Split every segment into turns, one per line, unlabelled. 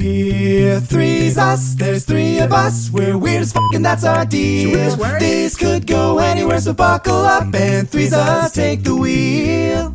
We're three's us, there's three of us. We're weird as fuck and that's our deal. This could go anywhere, so buckle up and three's us take the wheel.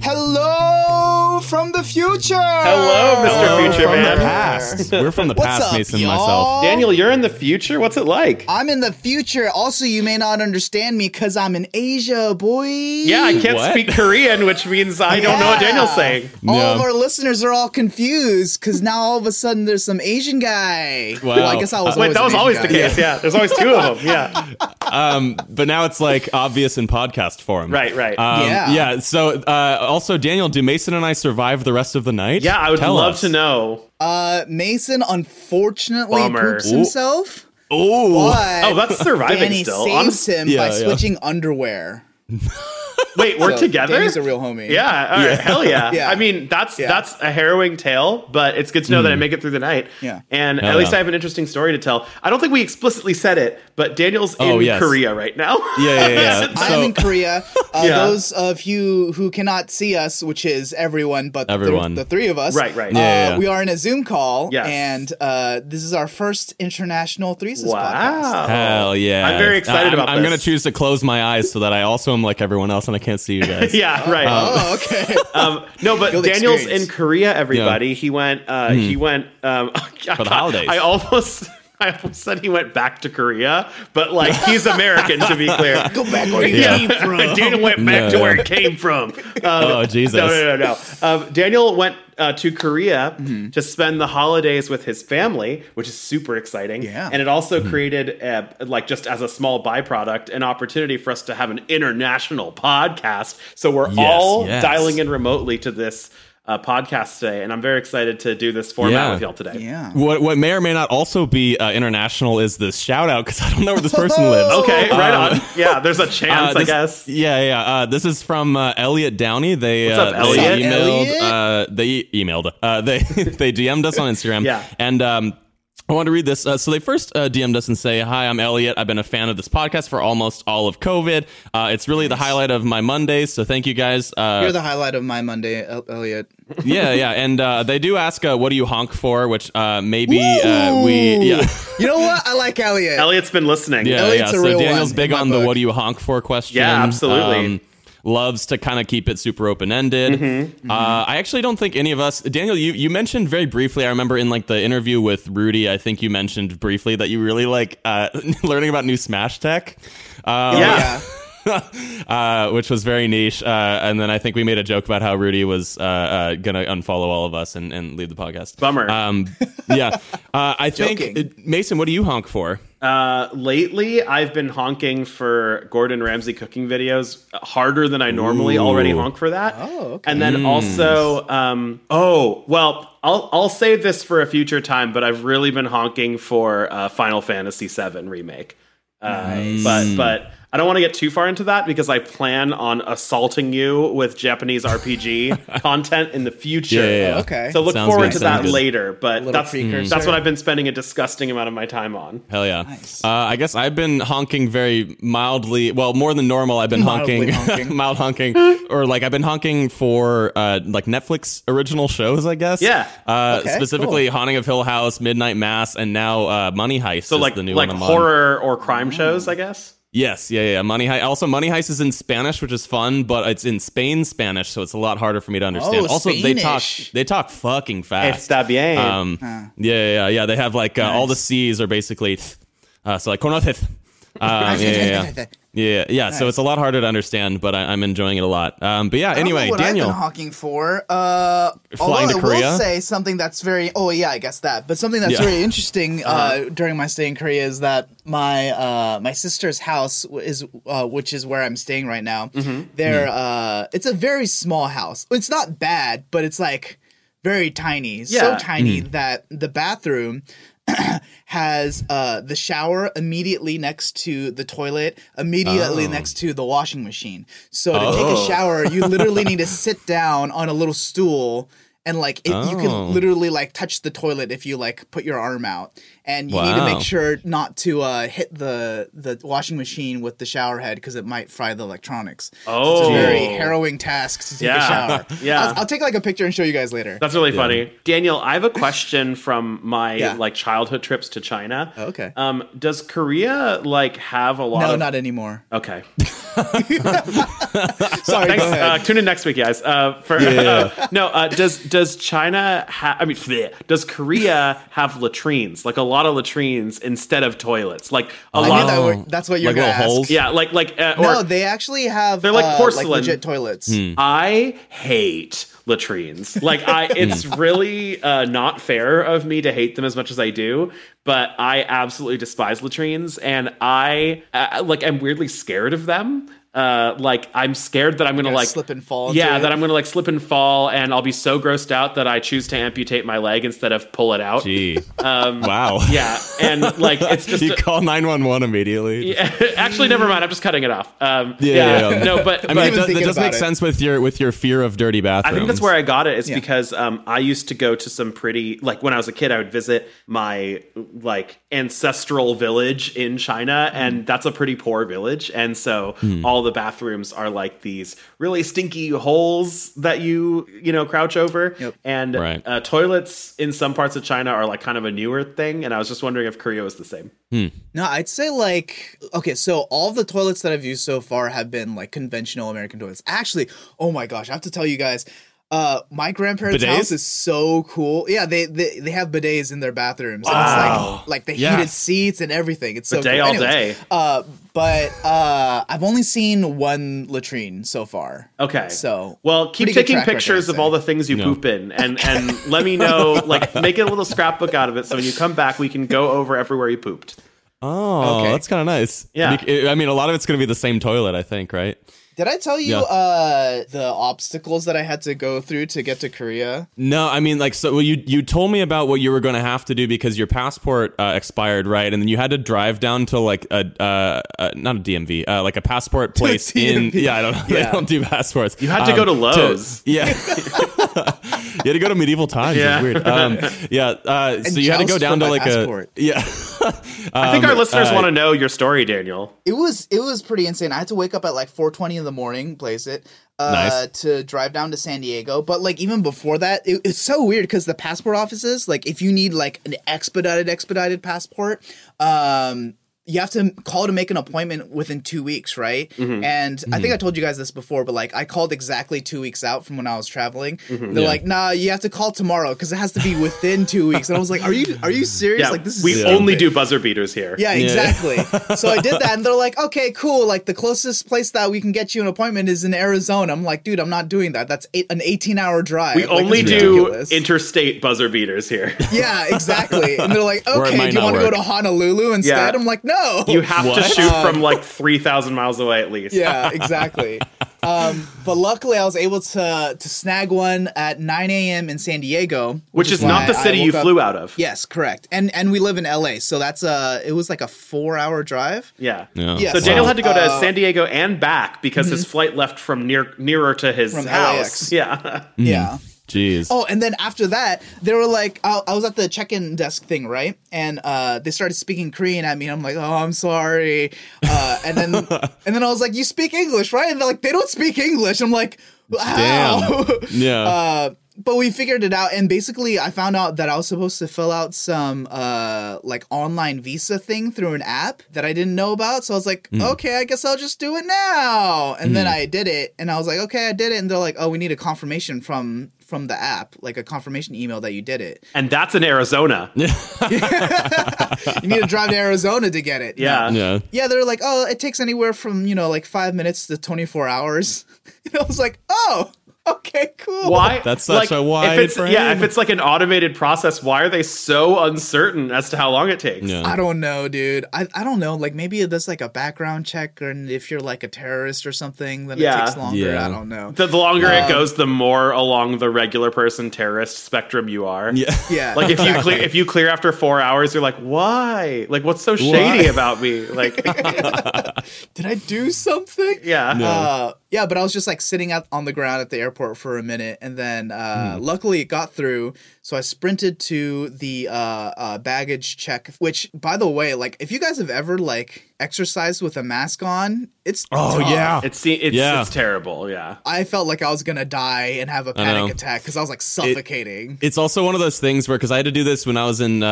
Hello from the future.
Hello, Mr. Future
from
Man.
the past. We're from the
What's
past,
up,
Mason
y'all?
and myself.
Daniel, you're in the future. What's it like?
I'm in the future. Also, you may not understand me because I'm in Asia, boy.
yeah, I can't
What?
speak Korean, which means I don't know what
Yeah.
Daniel's saying.
All of
Yeah.
our listeners are all confused because now all of a sudden there's some Asian guy.
Wow.
Well, I guess I was. always
Wait, that
an
was
Asian
always
guy.
the case. Yeah. there's always two of them. Yeah,
But now it's like obvious in podcast form.
Right, right.
Um,
Yeah.
yeah. So uh, also, Daniel, do Mason and I survive the rest of the night?
yeah. I would
Tell
love
us.
to know.
Uh, Mason unfortunately
Bummer.
poops
Ooh.
himself,
Oh,
but
Oh, that's surviving
Uh, Danny
still.
saves
Honest-
him by
Yeah, yeah.
switching underwear.
Wait, we're
So
together.
Danny's a real homie.
yeah, all right, hell yeah.
Yeah.
I mean, that's
Yeah.
that's a harrowing tale, but it's good to know that I make it through the night.
Yeah.
and
Hmm. Hell
at least
yeah.
I have an interesting story to tell. I don't think we explicitly said it, but Daniel's in
Oh, yes.
Korea right now.
Yeah, yeah, yeah.
I'm
So-
in Korea. Uh,
Yeah.
Those of you who cannot see us, which is everyone but the thr-
Everyone.
the, three of us,
Right, right.
Uh,
Yeah,
yeah, yeah.
We are in a Zoom call,
Yes.
and uh, this is our first international threeses podcast.
wow.
Hell yeah!
I'm very excited
I-
about
I'm
this.
gonna choose to close my eyes so that I also am like everyone else and I can't see you guys.
Yeah, right.
Oh, okay.
Um, no, but
Field
Daniel's
experience.
in Korea. Everybody, he went. Uh, He went um, for
the holidays.
I almost, I almost said he went back to Korea, but like he's American to be clear.
Go back where you
Yeah.
came from.
Daniel went back
No.
to where it came from. Um,
Oh Jesus!
no, no, no, no. Um, Daniel went uh, to Korea
Mm-hmm.
to spend the holidays with his family, which is super exciting.
Yeah.
And it also
Mm-hmm.
created, uh, like, just as a small byproduct, an opportunity for us to have an international podcast. So we're
Yes,
all
yes.
dialing in remotely to this uh, podcast today. And I'm very excited to do this format
Yeah.
with y'all today.
Yeah.
What what may or may not also be uh, international is this shout out because I don't know where this person lives.
Okay, right
Um,
on. Yeah, there's a chance,
Uh,
I
this-
guess.
Yeah, yeah. Uh, this is from uh, Elliot Downey. They
What's up,
uh, they
Elliot?
Elliot?
emailed. Uh, they e- emailed. Uh, they they DM'd us on Instagram.
Yeah.
and. Um, I want to read this. Uh, so they first uh, DM'd us and say, "Hi, I'm Elliot. I've been a fan of this podcast for almost all of COVID. Uh, it's really the highlight of my Mondays. So thank you guys. Uh,
You're the highlight of my Monday, El- Elliot.
yeah, yeah. And uh, they do ask, uh, "What do you honk for?" Which uh, maybe uh, we yeah.
You know what? I like Elliot.
Elliot's been listening.
Yeah,
Elliot's
yeah.
a
so
real
Daniel's
one
big
in my
on the
book.
what do you honk for question. um,
Yeah, absolutely.
loves to kind of keep it super open ended.
Mm-hmm,
Uh, I actually don't think any of us, Daniel, you, you mentioned very briefly. I remember in like the interview with Rudy, I think you mentioned briefly that you really like uh, learning about new Smash tech. Uh,
Yeah.
yeah.
uh, which was very niche. Uh, and then I think we made a joke about how Rudy was uh, uh, going to unfollow all of us and, and leave the podcast.
Bummer.
Um, yeah. Uh, I
Joking.
think, Mason, what do you honk for?
Uh, lately, I've been honking for Gordon Ramsay cooking videos harder than I normally
Ooh.
already honk for that.
Oh, okay.
And then also, um, oh, well, I'll, I'll save this for a future time, but I've really been honking for uh, Final Fantasy VII Remake. Uh, But, but I don't want to get too far into that because I plan on assaulting you with Japanese RPG content in the future.
Yeah, yeah, yeah.
Okay.
So look
Sounds
forward
good,
to
sounds
that
good.
later, but
Little
that's,
precursor.
that's what I've been spending a disgusting amount of my time on.
Hell yeah.
Nice.
Uh, I guess I've been honking very mildly, well, more than normal. I've been
Mildly
honking,
honking.
mild honking, or like I've been honking for uh, like Netflix original shows, I guess.
Yeah.
Uh,
Okay,
specifically Haunting of Hill House, Midnight Mass, and now uh, Money Heist.
So
is
like
the new
like
one I'm on.
horror or
Mm-hmm.
crime shows, I guess.
Yes, yeah, yeah, yeah. Money Heist. Also, Money Heist is in Spanish, which is fun, but it's in Spain Spanish, so it's a lot harder for me to understand.
Oh,
also, they talk
Spanish.
they talk fucking fast.
Está bien.
Um, yeah, yeah, yeah, yeah. They have like uh, all the C's are basically th. Uh, so like conoces. Uh, yeah, yeah, yeah. Yeah, yeah. So it's a lot harder to understand, but I, I'm enjoying it a lot. Um, but yeah,
I don't know
anyway,
what
Daniel.
I've been hawking for. Uh,
Flying to
although I will
Korea?
say something that's very. Oh yeah, I guess that. But something that's
Yeah.
very interesting uh, during my stay in Korea is that my uh, my sister's house w- is uh, which is where I'm staying right now.
Mm-hmm.
There, uh, it's a very small house. It's not bad, but it's like very tiny. So
Yeah.
tiny
Mm.
that the bathroom has uh, the shower immediately next to the toilet, immediately
Oh.
next to the washing machine. So to take a shower, you literally need to sit down on a little stool and like it, you
Oh.
can literally like touch the toilet if you like put your arm out. and you need to
Wow.
make sure not to uh, hit the the washing machine with the shower head because it might fry the electronics. So it's
Oh.
a very harrowing task to take
Yeah.
a shower.
Yeah.
I'll, I'll take like a picture and show you guys later.
That's really funny, Daniel. I have a question from my
Yeah.
like childhood trips to China.
okay.
Um, does Korea like have a lot
no,
of?
not anymore.
okay.
Sorry.
Thanks.
go ahead.
Uh, tune in next week, guys. Uh, for no, uh, does does China have? I mean, bleh. does Korea have latrines? Like a lot of latrines instead of toilets. Like a
I
lot.
knew that
of,
were, that's what you're
Like
gonna
little
ask.
holes?
yeah, like like uh, or
No, they actually have
They're like
uh,
porcelain. Hmm.
legit toilets.
I hate latrines. Like I it's really uh, not fair of me to hate them as much as I do, but I absolutely despise latrines and I uh, like I'm weirdly scared of them. Uh, like I'm scared that I'm gonna
Gonna
like
slip and fall into
Yeah,
it.
that I'm gonna like slip and fall, and I'll be so grossed out that I choose to amputate my leg instead of pull it out.
Gee. wow.
Um, Yeah, and like it's just
you call 911 immediately.
actually never mind. I'm just cutting it off. Um,
Yeah, yeah, yeah.
no, but
I
but-
mean, it, does,
even
it
thinking
does make
about it.
sense with your with your fear of dirty bathrooms.
I think that's where I got it. It's
Yeah.
because um, I used to go to some pretty like when I was a kid, I would visit my like ancestral village in China, and that's a pretty poor village, and so all the bathrooms are like these really stinky holes that you you know crouch over,
Yep.
and
Right.
uh, toilets in some parts of China are like kind of a newer thing, and I was just wondering if Korea was the same.
No, I'd say like okay, so all the toilets that I've used so far have been like conventional American toilets. Actually, oh my gosh, I have to tell you guys, uh, my grandparents'
Bidets?
house is so cool. Yeah, they they, they have bidets in their bathrooms. And
Wow.
it's like like the
Yes.
heated seats and everything. It's so
Bidet
cool.
all
Anyways,
day.
Uh, but uh, I've only seen one latrine so far.
Okay.
So
well, keep
pretty good
taking
track record,
pictures
I'd
of
say.
all the things you poop in, and and let me know. Like, make a little scrapbook out of it, so when you come back, we can go over everywhere you pooped.
Oh,
Okay.
that's kind of nice.
Yeah.
Bec- I mean, a lot of it's going to be the same toilet, I think, right?
Did I tell you
Yeah.
uh, the obstacles that I had to go through to get to Korea?
No, I mean, like, so well, you you told me about what you were going to have to do because your passport uh, expired, right? And then you had to drive down to like a uh, uh, not a DMV, uh, like a passport place in.
DMV.
Yeah, I don't. know. They
Yeah.
don't do passports. You
had to go to Lowe's.
yeah, you had to go to medieval times. It was
Yeah.
weird. Um, yeah. Uh, so you had to go
joust
down to
for my
like
passport.
a yeah.
I think our listeners
uh,
want to know your story, Daniel.
It was it was pretty insane. I had to wake up at like 4:20 in the morning, place it, uh,
Nice.
to drive down to San Diego. But like even before that, it, it's so weird because the passport offices, like if you need like an expedited expedited passport, um, you have to call to make an appointment within two weeks, right?
Mm-hmm.
And I think I told you guys this before, but like I called exactly two weeks out from when I was traveling.
Mm-hmm.
They're like, "Nah, you have to call tomorrow because it has to be within two weeks." And I was like, "Are you are you serious?
Yeah,
like this is
we
stupid."
only do buzzer beaters here.
Yeah, exactly. so I did that, and they're like, "Okay, cool. Like the closest place that we can get you an appointment is in Arizona." I'm like, "Dude, I'm not doing that. That's eight, an 18 hour drive.
We
Like,
only
that's
do
ridiculous."
interstate buzzer beaters here.
yeah, exactly. And they're like,
it
"Okay,
might
do you
not
want to go
work.
to Honolulu instead?" I'm like, "No."
You have to
What?
shoot from like three thousand miles away at least.
Uh, yeah, exactly. Um, but luckily, I was able to to snag one at 9 a.m. in San Diego, which,
which is not
why
the
I
city you
woke up-
flew out of.
Yes, correct. And and we live in L.A., so that's a it was like a four hour drive.
Yeah.
Yeah, Uh,
So
Wow.
Daniel had to go to San Diego and back because his flight left from near nearer to his
From
house.
LAX.
Yeah.
Mm-hmm.
Yeah.
Jeez.
Oh, and then after that, they were like, I, I was at the check-in desk thing, right? And uh, they started speaking Korean at me. And I'm like, oh, I'm sorry. Uh, and then, and then I was like, you speak English, right? And they're like, they don't speak English. I'm like, how?
Damn. Yeah.
uh, but we figured it out, and basically, I found out that I was supposed to fill out some uh, like online visa thing through an app that I didn't know about. So I was like, okay, I guess I'll just do it now. And then I did it, and I was like, okay, I did it. And they're like, oh, we need a confirmation from from the app, like a confirmation email that you did it.
And that's in Arizona. Yeah.
You need to drive to Arizona to get it.
yeah.
Yeah, they're like, oh, it takes anywhere from you know like five minutes to twenty four hours. and I was like, oh, okay, cool.
Why?
That's such a wide
if it's, Yeah,
frame.
if it's like an automated process, why are they so uncertain as to how long it takes?
Yeah.
I don't know, dude. I, I don't know. Like maybe there's like a background check, and if you're like a terrorist or something, then
Yeah.
it takes longer.
Yeah.
I don't know.
The, the longer it goes, the more along the regular person terrorist spectrum you are.
Yeah.
yeah,
Like if you clear if you clear after four hours, you're like, why? Like what's so shady about me? Like
did I do something?
yeah.
Uh, yeah, but I was just like sitting out on the ground at the airport for a minute, and then uh,
Hmm.
luckily it got through. So I sprinted to the uh, uh, baggage check. Which, by the way, like if you guys have ever like exercised with a mask on, it's
Oh
tough.
yeah.
It's it's,
Yeah.
it's terrible. Yeah.
I felt like I was gonna die and have a
know.
panic attack because I was like suffocating.
It's also one of those things where because I had to do this when I was in, uh,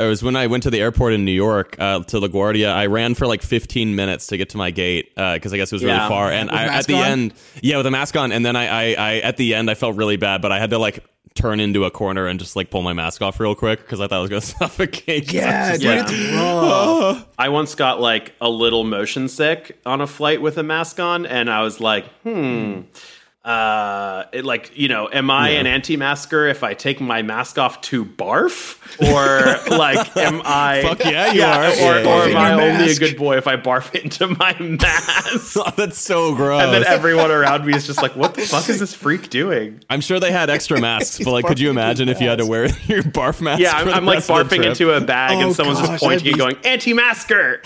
uh, it was when I went to the airport in New York uh, to LaGuardia. I ran for like 15 minutes to get to my gate because I guess it was
Yeah.
really far. And
With
I, at
mask
the
on?
end, yeah, with a mask on, and then I, I, I, at the end, I felt really bad, but I had to like turn into a corner and just like pull my mask off real quick because I thought I was gonna suffocate.
yeah, dude,
yeah.
it's rough.
I once got like a little motion sick on a flight with a mask on, and I was like, hmm. Uh, it, like you know, am I an anti-masker if I take my mask off to barf, or like, am I?
Fuck yeah, you are.
Or,
Yeah,
or
yeah,
am
yeah.
I
Your
only a
mask.
good boy if I barf into my mask?
Oh, that's so gross.
and then everyone around me is just like, "What the fuck is this freak doing?"
I'm sure they had extra masks, but like, could you
barfing into
imagine if you had to wear your barf mask?
Yeah,
for
I'm,
the
I'm like
rest of the
barfing
trip?
into a bag,
Oh,
and someone's
gosh,
just pointing
that'd
and
be-
going, "Anti-masker!"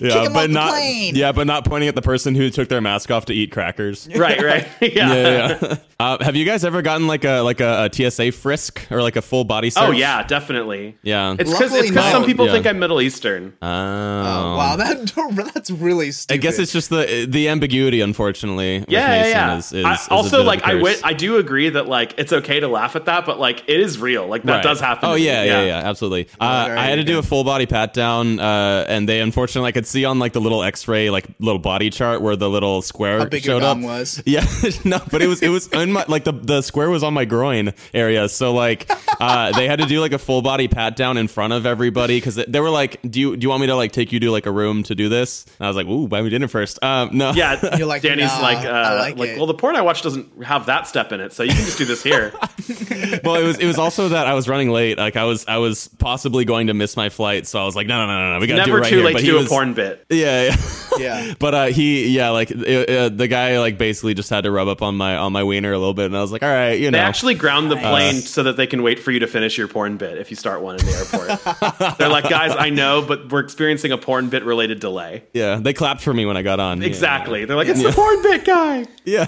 yeah, but
him off the
not
plane.
yeah, but not pointing at the person who took their mask off to eat crackers.
right, right, yeah.
yeah, yeah. Uh, have you guys ever gotten like a like a, a TSA frisk or like a full body search?
Oh yeah, definitely.
yeah.
It's because
Luckily not.
some people
Yeah.
think I'm Middle Eastern.
oh.
wow, that that's really
I
stupid.
guess it's just the the ambiguity, unfortunately. with
yeah, yeah,
Mason
yeah.
Is, is,
I,
is a bit
also,
of a
like, I
curse.
wi- I do agree that like it's okay to laugh at that, but like it is real. Like that
Right.
does happen.
Oh
to me.
yeah, yeah, yeah, absolutely. Uh,
Oh, there
I had to
you
do a full body pat down, uh, and they unfortunately I could see on like the little X-ray, like little body chart where the little square
How big your
showed up.
dom was.
Yeah, no, but it was it was in my like the the square was on my groin area, so like uh, they had to do like a full body pat down in front of everybody because they, they were like, "Do you do you want me to like take you to like a room to do this?" And I was like, "Ooh, buy me dinner first. Um, no,
Yeah,
You're like,
Danny's
nah,
like,
I
uh,
like
like,
it.
well, the porn I watch doesn't have that step in it, so you can just do this here.
well, it was it was also that I was running late. Like I was I was possibly going to miss my flight, so I was like, "No, no, no, no, no. we got to do it
Never
right
too
here."
late
But
to
he
do
was-
a porn bit.
Yeah, yeah.
yeah.
But uh, he, yeah, like uh, uh, the guy, like basically just had to rub up on my on my wiener a little bit, and I was like, all right, you know,
They actually ground the plane so that they can wait for you to finish your porn bit if you start one in the airport. They're like, guys, I know, but we're experiencing a porn bit related delay.
yeah, they clapped for me when I got on. Yeah.
Exactly. They're like, it's the porn bit guy.
Yeah.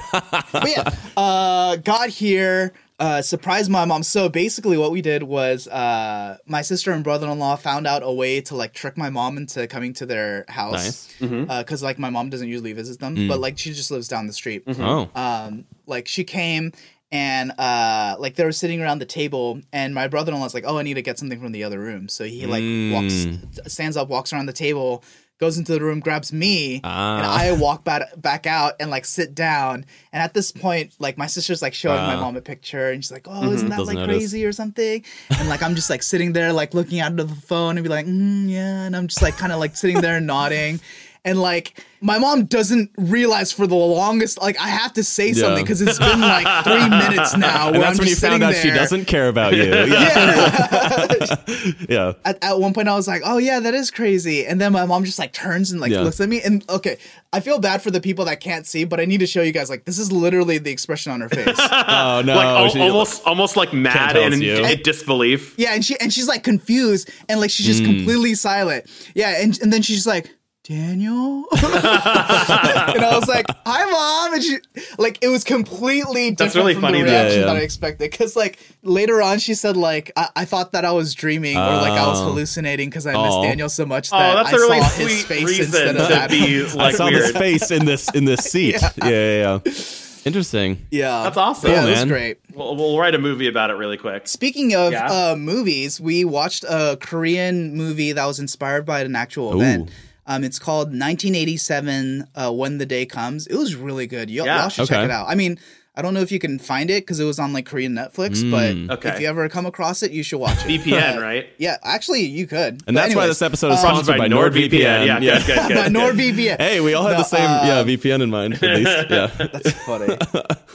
but yeah, uh, got here, uh, surprised my mom. So basically, what we did was uh, my sister and brother in law found out a way to like trick my mom into coming to their house because like my mom doesn't usually visit them,
Mm.
but like she just lives down the street.
Oh.
Um, like she came. And uh, like they were sitting around the table, and my brother in law's like, "Oh, I need to get something from the other room." So he like
Mm.
walks, stands up, walks around the table, goes into the room, grabs me, and
Ah.
I walk back back out and like sit down. And at this point, like my sister's like showing my mom a picture, and she's like, "Oh, isn't
Ah. Mm-hmm.
that
Doesn't
like
notice.
crazy or something?" And like I'm just like sitting there, like looking out of the phone, and be like, mm, "Yeah," and I'm just like kind of like sitting there and nodding. And like my mom doesn't realize for the longest, like I have to say something because it's been like three minutes now. Where
and that's
I'm
when you
just
found
sitting
out she
there.
doesn't care about you. Yeah. yeah.
at, at one point I was like, oh yeah, that is crazy. And then my mom just like turns and like
Yeah.
looks at me. And okay, I feel bad for the people that can't see, but I need to show you guys like this is literally the expression on her face.
Oh no.
like al-
she-
almost, almost like mad
tell
and
it's
in,
you.
in disbelief.
yeah, and she and she's like confused and like she's just
Hmm.
completely silent. Yeah, and and then she's like, Daniel, and I was like, "Hi, mom," and she like it was completely different
really
from
funny,
the
though.
reaction
Yeah, yeah.
that I expected. Because like later on, she said like I, I thought that I was dreaming or like I was
Oh.
hallucinating because I
Oh.
missed Daniel so much
Oh,
that
that's
I
a really
saw his
sweet
face
reason
instead of
to
Adam.
be
I
like
saw this
weird.
face in this in this seat. yeah. yeah, yeah, Interesting.
Yeah,
That's awesome.
Yeah,
Cool,
it was
man.
great.
We'll, we'll write a movie about it really quick.
Speaking of
Yeah.
uh, movies, we watched a Korean movie that was inspired by an actual event. Um, it's called 1987 uh, When the Day Comes. It was really good. Y'all,
Yeah.
y'all should
Okay.
check it out. I mean, I don't know if you can find it because it was on like Korean Netflix,
Hmm.
but
Okay.
if you ever come across it, you should watch it.
VPN,
But-
right?
Yeah, actually, you could.
And that's why this episode is
um,
Sponsored
sponsored by,
by
NordVPN.
NordVPN. Yeah, good, good, good.
By NordVPN.
Hey, we all had
No,
the same
uh,
yeah VPN in mind. At least. Yeah.
That's funny.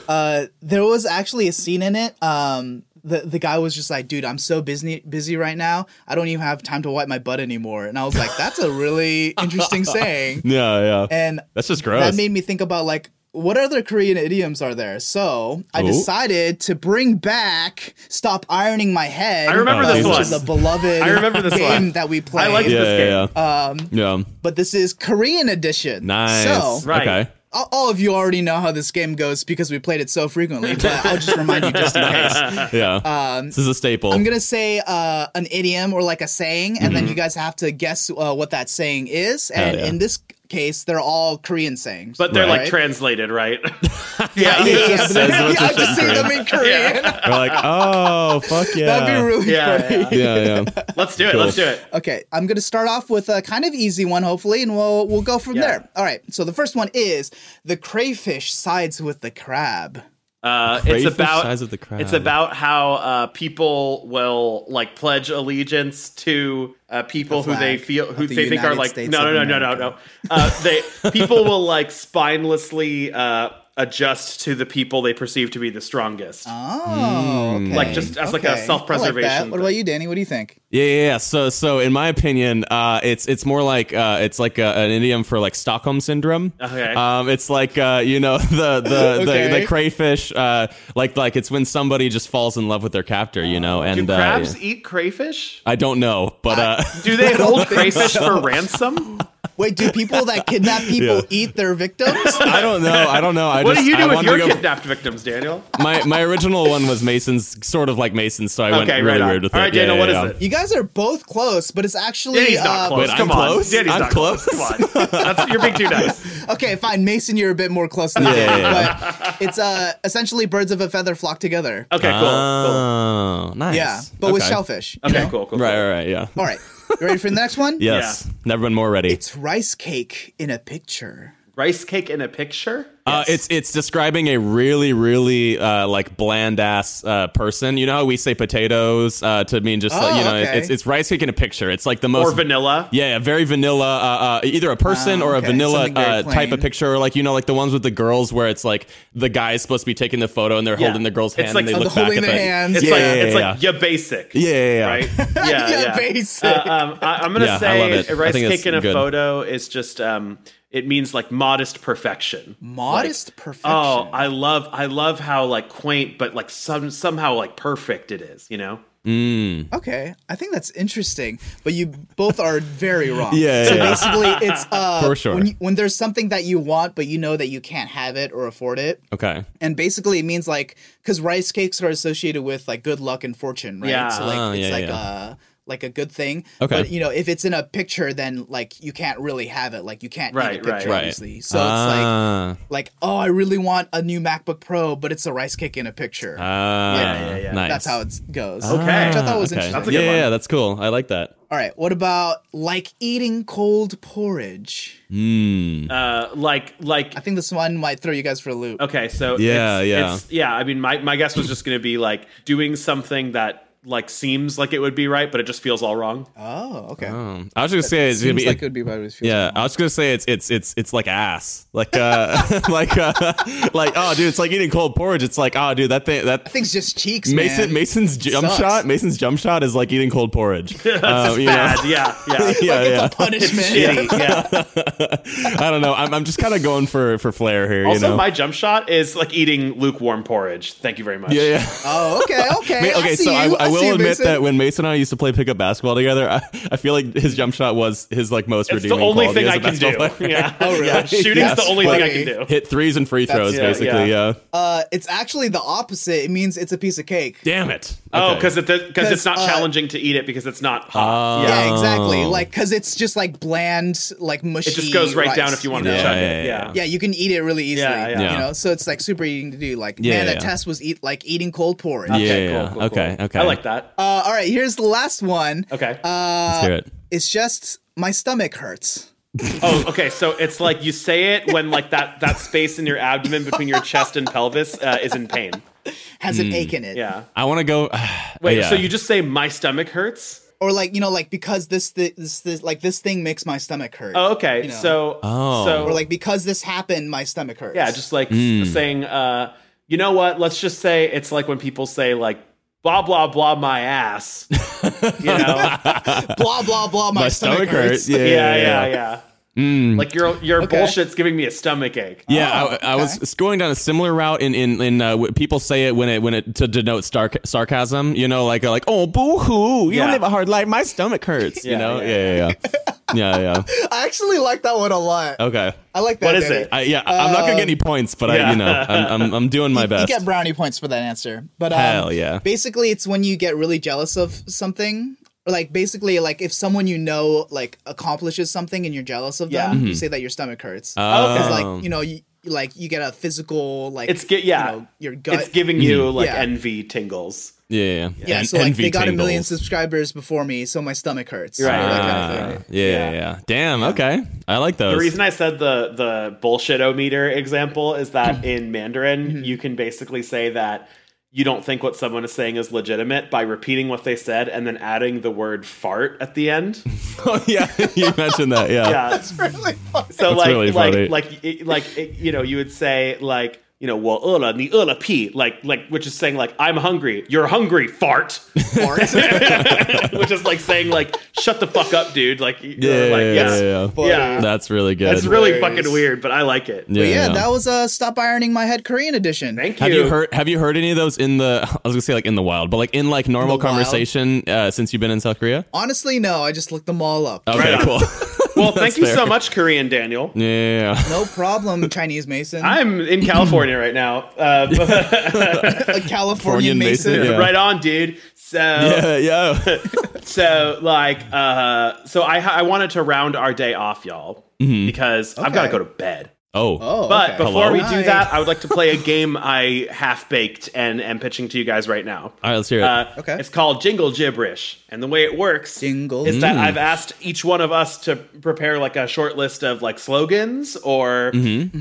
uh, there was actually a scene in it. Um, the the guy was just like, "Dude, I'm so busy busy right now. I don't even have time to wipe my butt anymore." And I was like, "That's a really interesting saying."
Yeah. Yeah.
And
That's just gross.
that made me think about like. What other Korean idioms are there? So I
Ooh.
decided to bring back "Stop ironing my head."
I remember
this
which
one.
is a beloved.
I remember this
game
one.
that we played.
I like
yeah,
this
yeah, yeah. Um, yeah.
but this is Korean edition.
Nice.
So
Right.
Okay.
all all of you already know how this game goes because we played it so frequently. But I'll just remind you just in case.
Uh,
Yeah. this is a staple.
um, I'm gonna say uh, an idiom or like a saying, and then you guys have to guess uh, what that saying is. And
yeah.
in this case, they're all Korean sayings.
But they're like
Right.
translated, right?
yeah, yeah, yeah, but
says
yeah,
what
I
you're
just say
saying.
them in Korean.
We're like, oh, fuck yeah.
That'd be really
Yeah,
funny.
yeah.
yeah, yeah.
Let's do it.
Cool.
Let's do it.
Okay, I'm gonna start off with a kind of easy one, hopefully, and we'll we'll go from
Yeah.
there. All right. So the first one is the crayfish sides with the crab.
Uh, it's
Crayfish
about
size of the crab.
it's about how uh, people will like pledge allegiance to uh, people
The
who they
flag
feel who
of the
they think are
United
like
States
no
of
no no no no no.
America.
Uh, they people will like spinelessly uh, adjust to the people they perceive to be the strongest.
Oh, okay.
Hmm. Like, just as, like, a
I that.
self-preservation
What about you, Danny? What do you think?
Yeah, yeah, yeah. So, so in my opinion, uh, it's it's more like uh, it's like a, an idiom for like Stockholm syndrome.
Okay.
Um, it's like uh, you know the the, the,
Okay.
the crayfish, uh, like like it's when somebody just falls in love with their captor, you know.
do
And
crabs
uh, yeah.
eat crayfish?
I don't know, but uh,
Do they hold
think
crayfish for ransom?
Wait, do people that kidnap people
Yeah.
eat their victims?
I don't know. I don't know. I
What
just,
do you
I
do with
wanted
your
to go-
kidnapped victims, Daniel?
My my original one was Mason's, sort of like Mason's, so I went
Okay,
really
right on.
weird with
All
it.
right, Daniel,
yeah,
what is
yeah, yeah.
it?
You guys are both close, but it's actually
Danny's not
uh,
close.
wait, I'm
Come on,
close?
Danny's
I'm
not close. Come on, That's, you're being too nice.
okay. Fine, Mason, you're a bit more close than I
Yeah,
am,
yeah,
but it's uh, essentially birds of a feather flock together.
Okay, cool. cool.
Oh, nice.
Yeah, but with
Okay.
shellfish. you
Okay,
know?
cool, cool.
Right,
cool.
right, right. Yeah.
All right, you ready for the next one?
Yes. Never been more ready.
It's rice cake in a picture.
Rice cake in a picture.
Uh, it's it's describing a really really uh, like bland ass uh, person. You know how we say potatoes uh, to mean just like,
Oh,
you know
okay.
it's it's rice cake in a picture. It's like the most
or vanilla.
Yeah, yeah, very vanilla. Uh, uh, either a person
Ah,
or a
okay.
vanilla
Something very
uh, type of
plain.
picture, or like you know, like the ones with the girls where it's like the guy's supposed to be taking the photo and they're
Yeah.
holding the girl's
It's
hand
like-
and they
Oh,
look
they're
back at
holding
the.
their hands.
Yeah,
It's
yeah,
like
yeah,
it's
yeah.
like yeah, basic.
Yeah, yeah, yeah.
Right. Yeah,
Yeah,
yeah.
basic.
Uh, um, I, am gonna
Yeah, I love
say
it. I
rice
think it's
cake in a
good.
photo is just um, it means like modest perfection.
Modest
Like,
perfection.
Oh, I love I love how like quaint but like some somehow like perfect it is. You know.
Okay, I think that's interesting, but you both are very wrong.
Yeah,
So
yeah.
basically, it's uh,
For sure.
when, you- when there's something that you want, but you know that you can't have it or afford it,
Okay.
and basically it means like because rice cakes are associated with like good luck and fortune, right?
Yeah.
So like
Ah,
it's
yeah,
like
yeah.
uh like a good thing.
Okay.
But you know, if it's in a picture, then like you can't really have it. Like you can't
Right,
eat a
right.
picture,
Right. Ah.
obviously. So it's like like, oh, I really want a new MacBook Pro, but it's a rice cake in a picture.
yeah,
yeah, yeah.
Ah, Nice.
That's how it goes.
Okay.
Which I thought was
okay.
interesting.
That's a good
yeah, yeah,
one.
yeah, that's cool. I like that.
All right. What about like eating cold porridge?
Uh, like like
I think this one might throw you guys for a loop.
Okay, so
Yeah,
it's,
yeah.
it's, yeah. I mean, my my guess was just going to be like doing something that like seems like it would be right, but it just feels all wrong.
Oh, okay.
Um, I was just gonna say it's gonna
Seems
be
like it would be better if you-
Yeah, I was gonna say it's it's it's it's like ass, like uh, like uh, like oh, dude, it's like eating cold porridge. It's like oh, dude, that thing that
I think it's just cheeks,
Mason
man.
Mason's jump
Sucks.
shot, Mason's jump shot is like eating cold porridge. Um, you know?
Bad, Uh, yeah, yeah.
Yeah,
like it's
yeah.
a punishment.
Shitty, yeah.
I don't know. I'm, I'm just kind of going for for flair here.
Also,
you know.
my jump shot is like eating lukewarm porridge. Thank you very much.
yeah, yeah.
Oh, okay, okay.
Ma-
I
okay,
see
so I,
you.
I will
see you,
admit
Mason.
that when Mason and I used to play pickup basketball together, I, I feel like his jump shot was his like most
It's the
redeeming
only
quality
thing
as a
I can do.
basketball player.
Yeah.
Oh, really?
yeah. Shooting's the
Yes,
only thing I
funny.
can do.
Hit threes and free throws,
yeah,
basically. Yeah.
yeah.
uh, it's actually the opposite. It means it's a piece of cake.
Damn it.
Oh,
Okay.
because because it's
'Cause,
not
uh,
challenging to eat it because it's not
Ah.
hot. yeah.
Yeah, exactly.
Oh.
Like, cause it's just like bland, like mushy.
It just goes right
rice,
down if you want
know?
to
know?
chug
Yeah,
it.
yeah, yeah.
Yeah.
Yeah, you can eat it really easily.
Yeah, yeah.
Yeah.
You know, so it's like super eating to do. Like,
Yeah,
man,
yeah.
that test was eat like eating cold porridge.
Yeah.
Okay, cool, cool,
Okay,
cool.
okay.
I like that.
Uh, all right, here's the last one.
Okay.
um,
Let's hear it.
It's just my stomach hurts.
Oh, okay. So it's like you say it when like that that space in your abdomen between your chest and pelvis uh, is in pain.
Has
Hmm.
an ache in it.
Yeah.
I want to go.
Wait.
Oh, yeah.
So you just say my stomach hurts?
Or like, you know, like because this thi- this this like this thing makes my stomach hurt.
Oh, okay.
You know.
So
Oh.
so
Or like because this happened, my stomach hurts.
yeah, just like s- saying uh, you know what? Let's just say it's like when people say like blah blah blah my ass. You know?
blah blah blah. My,
my
stomach, hurts.
Yeah,
yeah, yeah, yeah. Like your your
Okay.
bullshit's giving me a stomach ache.
Yeah,
Oh,
I, I was going down a similar route in in in uh, wh- people say it when it when it to denote star- sarcasm, you know, like like oh boo hoo, you
Yeah.
live a hard life, my stomach hurts, you
Yeah,
know,
yeah.
yeah, yeah, yeah. yeah, yeah. Oh,
I actually like that one a lot.
Okay.
I like that.
What is
Danny.
it?
I, yeah, I- I'm not gonna get any points, but I,
Um, yeah.
you know, I'm, I'm, I'm doing my
You
best.
get brownie points for that answer. But um,
Hell yeah.
Basically, it's when you get really jealous of something. Or like basically, like if someone you know like accomplishes something and you're jealous of them,
Yeah.
you say that your stomach hurts.
Oh.
Because like you know, you, like you get a physical like
It's get- yeah.
you know, your gut.
It's giving you like
Yeah.
envy tingles.
yeah, yeah, yeah.
yeah,
En-
so like
envy
they got a million
tingles.
subscribers before me, so my stomach hurts.
Right.
Or that
Ah,
kind of thing.
yeah, yeah,
Yeah.
yeah. Damn. Okay, I like those.
The reason I said the the bullshitometer example is that in
Hmm.
Mandarin, you can basically say that you don't think what someone is saying is legitimate by repeating what they said and then adding the word fart at the end.
oh, yeah, you mentioned that. Yeah.
Yeah.
Really funny.
So like
really
like
funny.
like it- like it- you know, you would say like you know, well, ula ni ula p, like like, which is saying like I'm hungry, you're hungry, fart, which is like saying like shut the fuck up, dude, like you know,
Yeah,
like,
yeah,
yes.
yeah, yeah.
Yeah.
That's really good.
It's really
Hilarious.
fucking weird, but I like it.
yeah,
yeah,
yeah.
that was a uh, stop ironing my head Korean edition.
Thank you.
Have you heard? Have you heard any of those in the? I was gonna say like in the wild, but like in like normal
The wild?
conversation uh, since you've been in South Korea.
Honestly, no, I just looked them all up.
Okay,
Right on.
cool.
Well, thank
That's
you so
fair.
much, Korean Daniel.
Yeah, yeah, yeah.
No problem, Chinese Mason.
I'm in California right now. Uh, but-
a Californian
Californian
Mason.
Mason, yeah.
Right on, dude. So,
yeah, yeah.
so like, uh, so I I wanted to round our day off, y'all,
Mm-hmm.
because I've got to
Okay.
go to bed.
Oh,
Oh,
But
okay.
before
Hello?
we
Hi.
do that, I would like to play a game I half baked and am pitching to you guys right now.
all right. Let's hear it.
Uh,
Okay.
It's called Jingle Gibberish, and the way it works
Jingle.
is that I've asked each one of us to prepare like a short list of like slogans or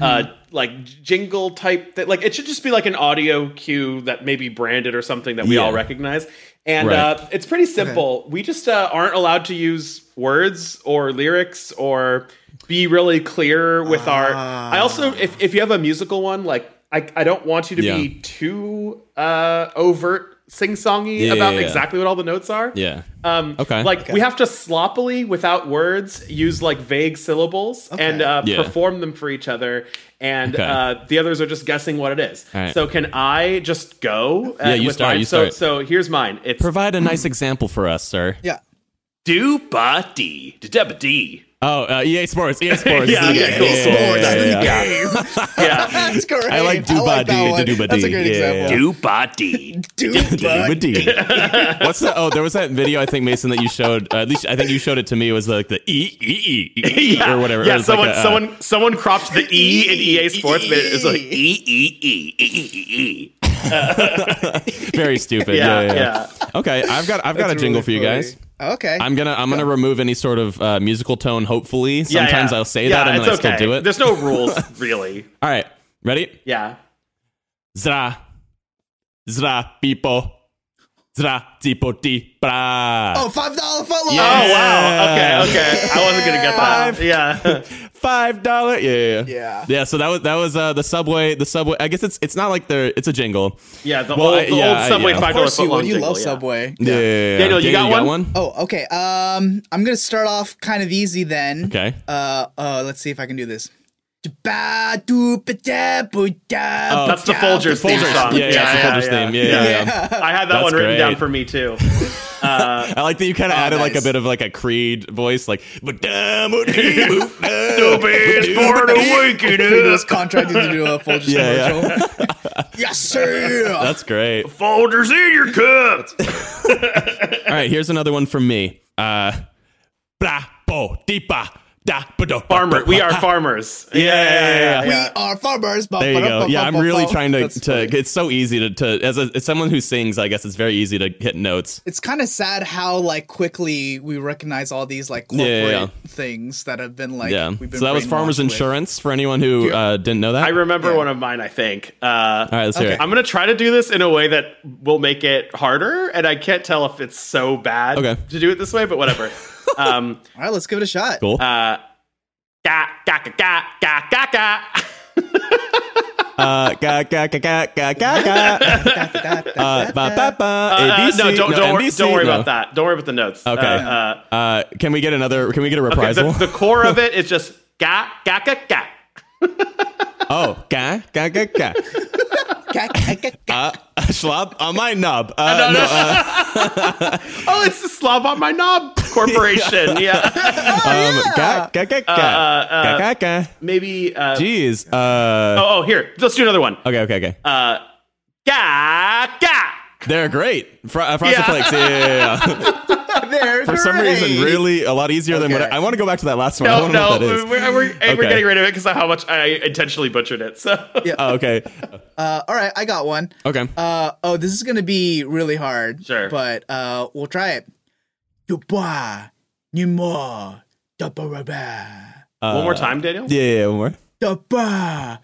uh, like jingle type. That like it should just be like an audio cue that may be branded or something that we
Yeah.
all recognize. And
Right.
uh, it's pretty simple. We just uh, aren't allowed to use words or lyrics or be really clear with our. I also, if if you have a musical one, like I, I don't want you to
Yeah.
be too uh, overt sing songy
Yeah,
about
yeah, yeah.
exactly what all the notes are.
yeah.
Um,
Okay.
Like we have to sloppily, without words, use like vague syllables and uh,
Yeah.
perform them for each other. And
Okay.
uh, the others are just guessing what it is.
All right.
So can I just go? Uh,
Yeah, you
with
start,
Mine?
you
so
start.
so here's mine. It's
Provide a nice example for us, sir.
Yeah.
do ba dee da dee.
Oh, uh, EA Sports. EA Sports.
Yeah, okay, cool, cool.
yeah, yeah, yeah.
Yeah.
That's correct.
I like Duba
that
Dee,
one.
Duba
That's a
Dee.
great
Yeah,
example.
do ba dee.
Duba Dee.
Dee. What's the? Oh, there was that video I think Mason that you showed. Uh, at least I think you showed it to me. It was like the e e e, e
Yeah,
or whatever. It
Yeah,
was like
someone,
a, uh,
someone, someone cropped the E in EA Sports, but it's like E E E E E E.
very stupid.
Yeah,
Yeah, yeah.
yeah.
Okay, I've got I've got a jingle for you guys.
Okay.
I'm gonna I'm gonna remove any sort of uh, musical tone. Hopefully,
Yeah,
sometimes
yeah.
I'll say
Yeah,
that and then I
it's
still
okay.
do it.
There's no rules, really.
All right, ready?
Yeah.
Zra, zra, people, zra, tipo, ti, bra.
oh, five dollar footlong.
Yeah.
Oh wow.
Yeah.
Okay. Okay. I wasn't gonna get
Five.
that. Yeah.
five dollar. Yeah, yeah,
Yeah.
yeah. So that was that was uh, the subway. The subway. I guess it's it's not like they're it's a jingle.
Yeah. The
Well,
old,
I-
the
yeah,
old
I-
Subway
yeah. Of
five
Of
dollar
course you
footlong
would. You
jingle,
love
yeah.
Subway.
Yeah, yeah, yeah, yeah.
Daniel, you got one?
Oh, okay. Um, I'm gonna start off kind of easy then.
Okay.
Uh, uh, let's see if I can do this. That's the
That's the Folgers theme
Folgers.
song.
Yeah, yeah, it's the Folgers theme. Yeah, yeah,
I had that
That's
one written
great.
down for me too.
I like that you kind of added like a
nice.
bit of like a Creed voice, like. yeah,
Kratos contracted to do a Folgers
yeah.
commercial. Yes, sir.
That's great.
Folgers in your cup.
All right, here's another one from me. Uh, blah, bo, deepa, da, ba, do, ba,
Farmer.
ba,
We
ba,
are
ha.
farmers.
Yeah, yeah, yeah, yeah.
we are farmers.
There you go. Yeah, I'm really trying to. to it's so easy to, to as, a, as someone who sings. I guess it's very easy to hit notes.
It's kind of sad how like quickly we recognize all these like
Yeah,
corporate
yeah, yeah.
things that have been like.
Yeah.
We've been
So that was Farmers
brainwashed with.
Insurance for anyone who uh, didn't know that.
I remember
Yeah.
one of mine. I think. Uh,
All right, let's hear
Okay.
it.
I'm gonna try to do this in a way that will make it harder, and I can't tell if it's so bad
Okay.
to do it this way, but whatever. um,
All right, let's give it a shot.
Cool.
ga ga ga ga ga ga ga.
Uh, ga, ga, ga, ga, ga, ga, ga. Uh, ba, ba, ba,
Uh,
ABC.
no, don't don't, wor-
NBC,
don't worry
no.
about that. Don't worry about the notes.
Okay.
Uh, uh,
Uh, can we get another? Can we get a
okay, the,
reprisal?
the core of it is just ga ga ga ga.
oh, ga, ga, ga, ga. Uh, schlop on my knob. Uh,
No,
no,
no.
uh,
oh, it's the slob on my knob corporation. yeah.
um, ga- ga- ga-
Uh,
ga- ga- ga- ga.
Maybe. Uh, oh,
Jeez. Uh,
oh, here. Let's do another one.
okay, okay, okay.
Uh, ga ga.
They're great. Fr- uh, Frosted
Yeah.
Flakes. Yeah, yeah, yeah, yeah.
They're
For some reason, really a lot easier than what
Okay.
I, I want to go back to that last one. I
No,
want to know
no,
what that is.
we're, we're, we're
Okay.
getting rid of it because of how much I intentionally butchered it. So
Oh, okay.
Uh, all right, I got one.
Okay.
Uh, oh, this is gonna be really hard.
Sure.
but uh, we'll try it. Dubois, Nimor, Dabaraba,
one more time, Daniel.
Uh, Yeah, yeah, yeah, one more.
Daba,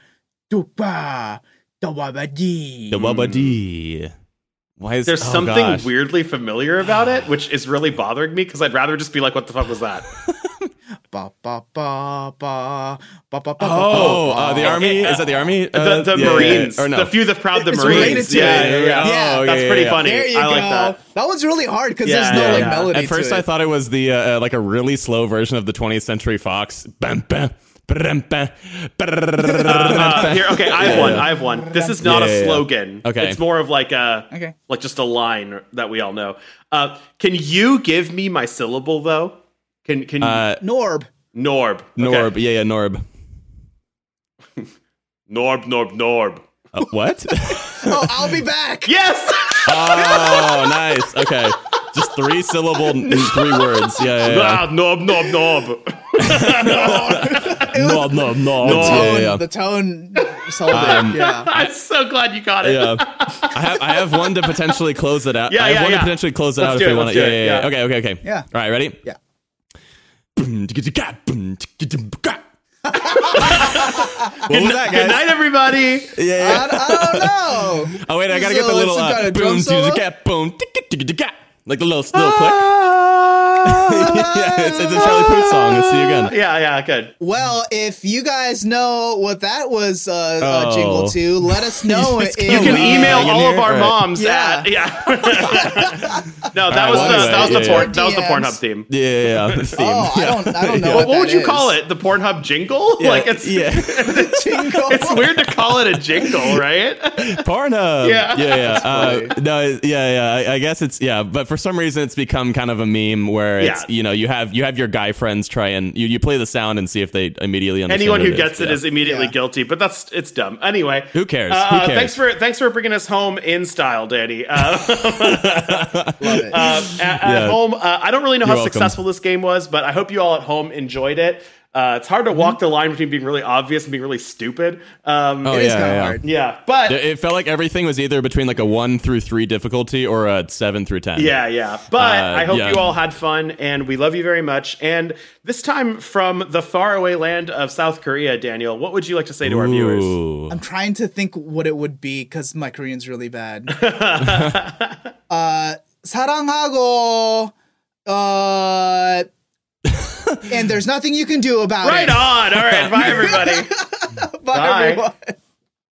Duba, Dawabadi.
The Wubba D. Why is
Mm. There's
oh,
something
gosh.
weirdly familiar about it, which is really bothering me because I'd rather just be like, "What the fuck was that?"
Ba ba ba ba ba ba ba.
Oh,
ba,
uh, the
ba.
army
yeah.
is that the army? Uh,
The, the
yeah, yeah, yeah.
Marines,
or no?
the few, the proud, the
It's related
Marines.
to
Yeah,
it.
yeah, yeah.
Yeah.
Oh,
That's pretty funny.
There you
I like
go.
that.
That one's really hard because
Yeah,
there's no
yeah,
like
yeah.
melody.
At first,
to
I
it.
thought it was the uh, uh, like a really slow version of the 20th Century Fox. Bam, bam, bam, bam,
Uh, here, okay, I have
Yeah,
one.
yeah.
I have one. This is not
Yeah, yeah,
a
yeah.
slogan.
Okay.
it's more of like a
Okay.
like just a line that we all know. Uh, can you give me my syllable though? Can can
Uh,
Norb.
Norb
Norb.
Okay.
Yeah, yeah, Norb.
Norb Norb Norb?
Uh, what?
Oh, I'll be back.
Yes.
oh, nice. Okay. Just three syllable, n- three words. Yeah, yeah, yeah.
ah, Norb Norb Norb.
Norb, Norb, Norb.
Tone,
Yeah, yeah,
The tone sold
Um,
it. Yeah.
I'm so glad you got it.
yeah. I have I have one to potentially close it out.
Yeah,
I have
yeah,
one
yeah.
to potentially close it
Let's
out
do
if
it,
we want
let's
to.
do
Yeah,
it,
yeah,
yeah.
yeah. Okay, okay, okay.
Yeah.
All right, ready?
Yeah.
what
Good,
was
ni-
that, guys?
good night, everybody.
Yeah, yeah, yeah.
I, I don't know.
Oh wait, I gotta
So
get the little
it's some
uh,
kind of drum
boom,
solo? Ah.
cat, boom, ticka, ticka, ticka, like the little little click. yeah, it's, it's a Charlie Puth song. Let's see you again.
Ah. Yeah, yeah, good.
Well, if you guys know what that was, uh, uh
Oh.
jingle to, let us know.
It's
in,
You can
uh,
email
you
all
near-
of our
all right.
moms
Yeah.
at yeah. no, that
right,
was
well,
the
anyway,
that was the
yeah,
porn
yeah.
that was the
DMs.
Pornhub theme.
Yeah, yeah, yeah. The theme.
Oh, I don't, I don't know.
Yeah.
What, what would
that
you call
is.
it? The Pornhub jingle?
Yeah,
Like it's
yeah,
Jingle.
it's weird to call it a jingle, right?
Pornhub.
Yeah.
yeah, yeah.
funny.
Uh, no, it- yeah, yeah. I, I guess it's yeah, but for some reason it's become kind of a meme where it's
Yeah.
you know you have you have your guy friends try and you, you play the sound and see if they immediately understand.
Anyone
what
who
it
gets
is.
it is immediately
Yeah.
guilty, but that's it's dumb. Anyway,
Who cares?
Uh,
Who cares?
Thanks for thanks for bringing us home in style, Danny. Uh,
Love it.
Uh, at, at
Oh, Yeah.
home, uh, I don't really know how
You're welcome.
successful this game was, but I hope you all at home enjoyed it. Uh, it's
Mm-hmm.
hard to walk the line between being really obvious and being really stupid. Um,
Oh
It is
yeah,
kinda
yeah.
hard.
yeah, but
It- It felt like everything was either between like a one through three difficulty or a seven through ten.
Yeah, yeah. But
Uh,
I hope
yeah.
you all had fun, and we love you very much. And this time from the faraway land of South Korea, Daniel, what would you like to say to our viewers?
Ooh.
I'm trying to think what it would be because my Korean's really bad. uh, 사랑하고, uh, and there's nothing you can do about
Right
it.
on. All right, bye everybody.
Bye,
Bye.
everyone.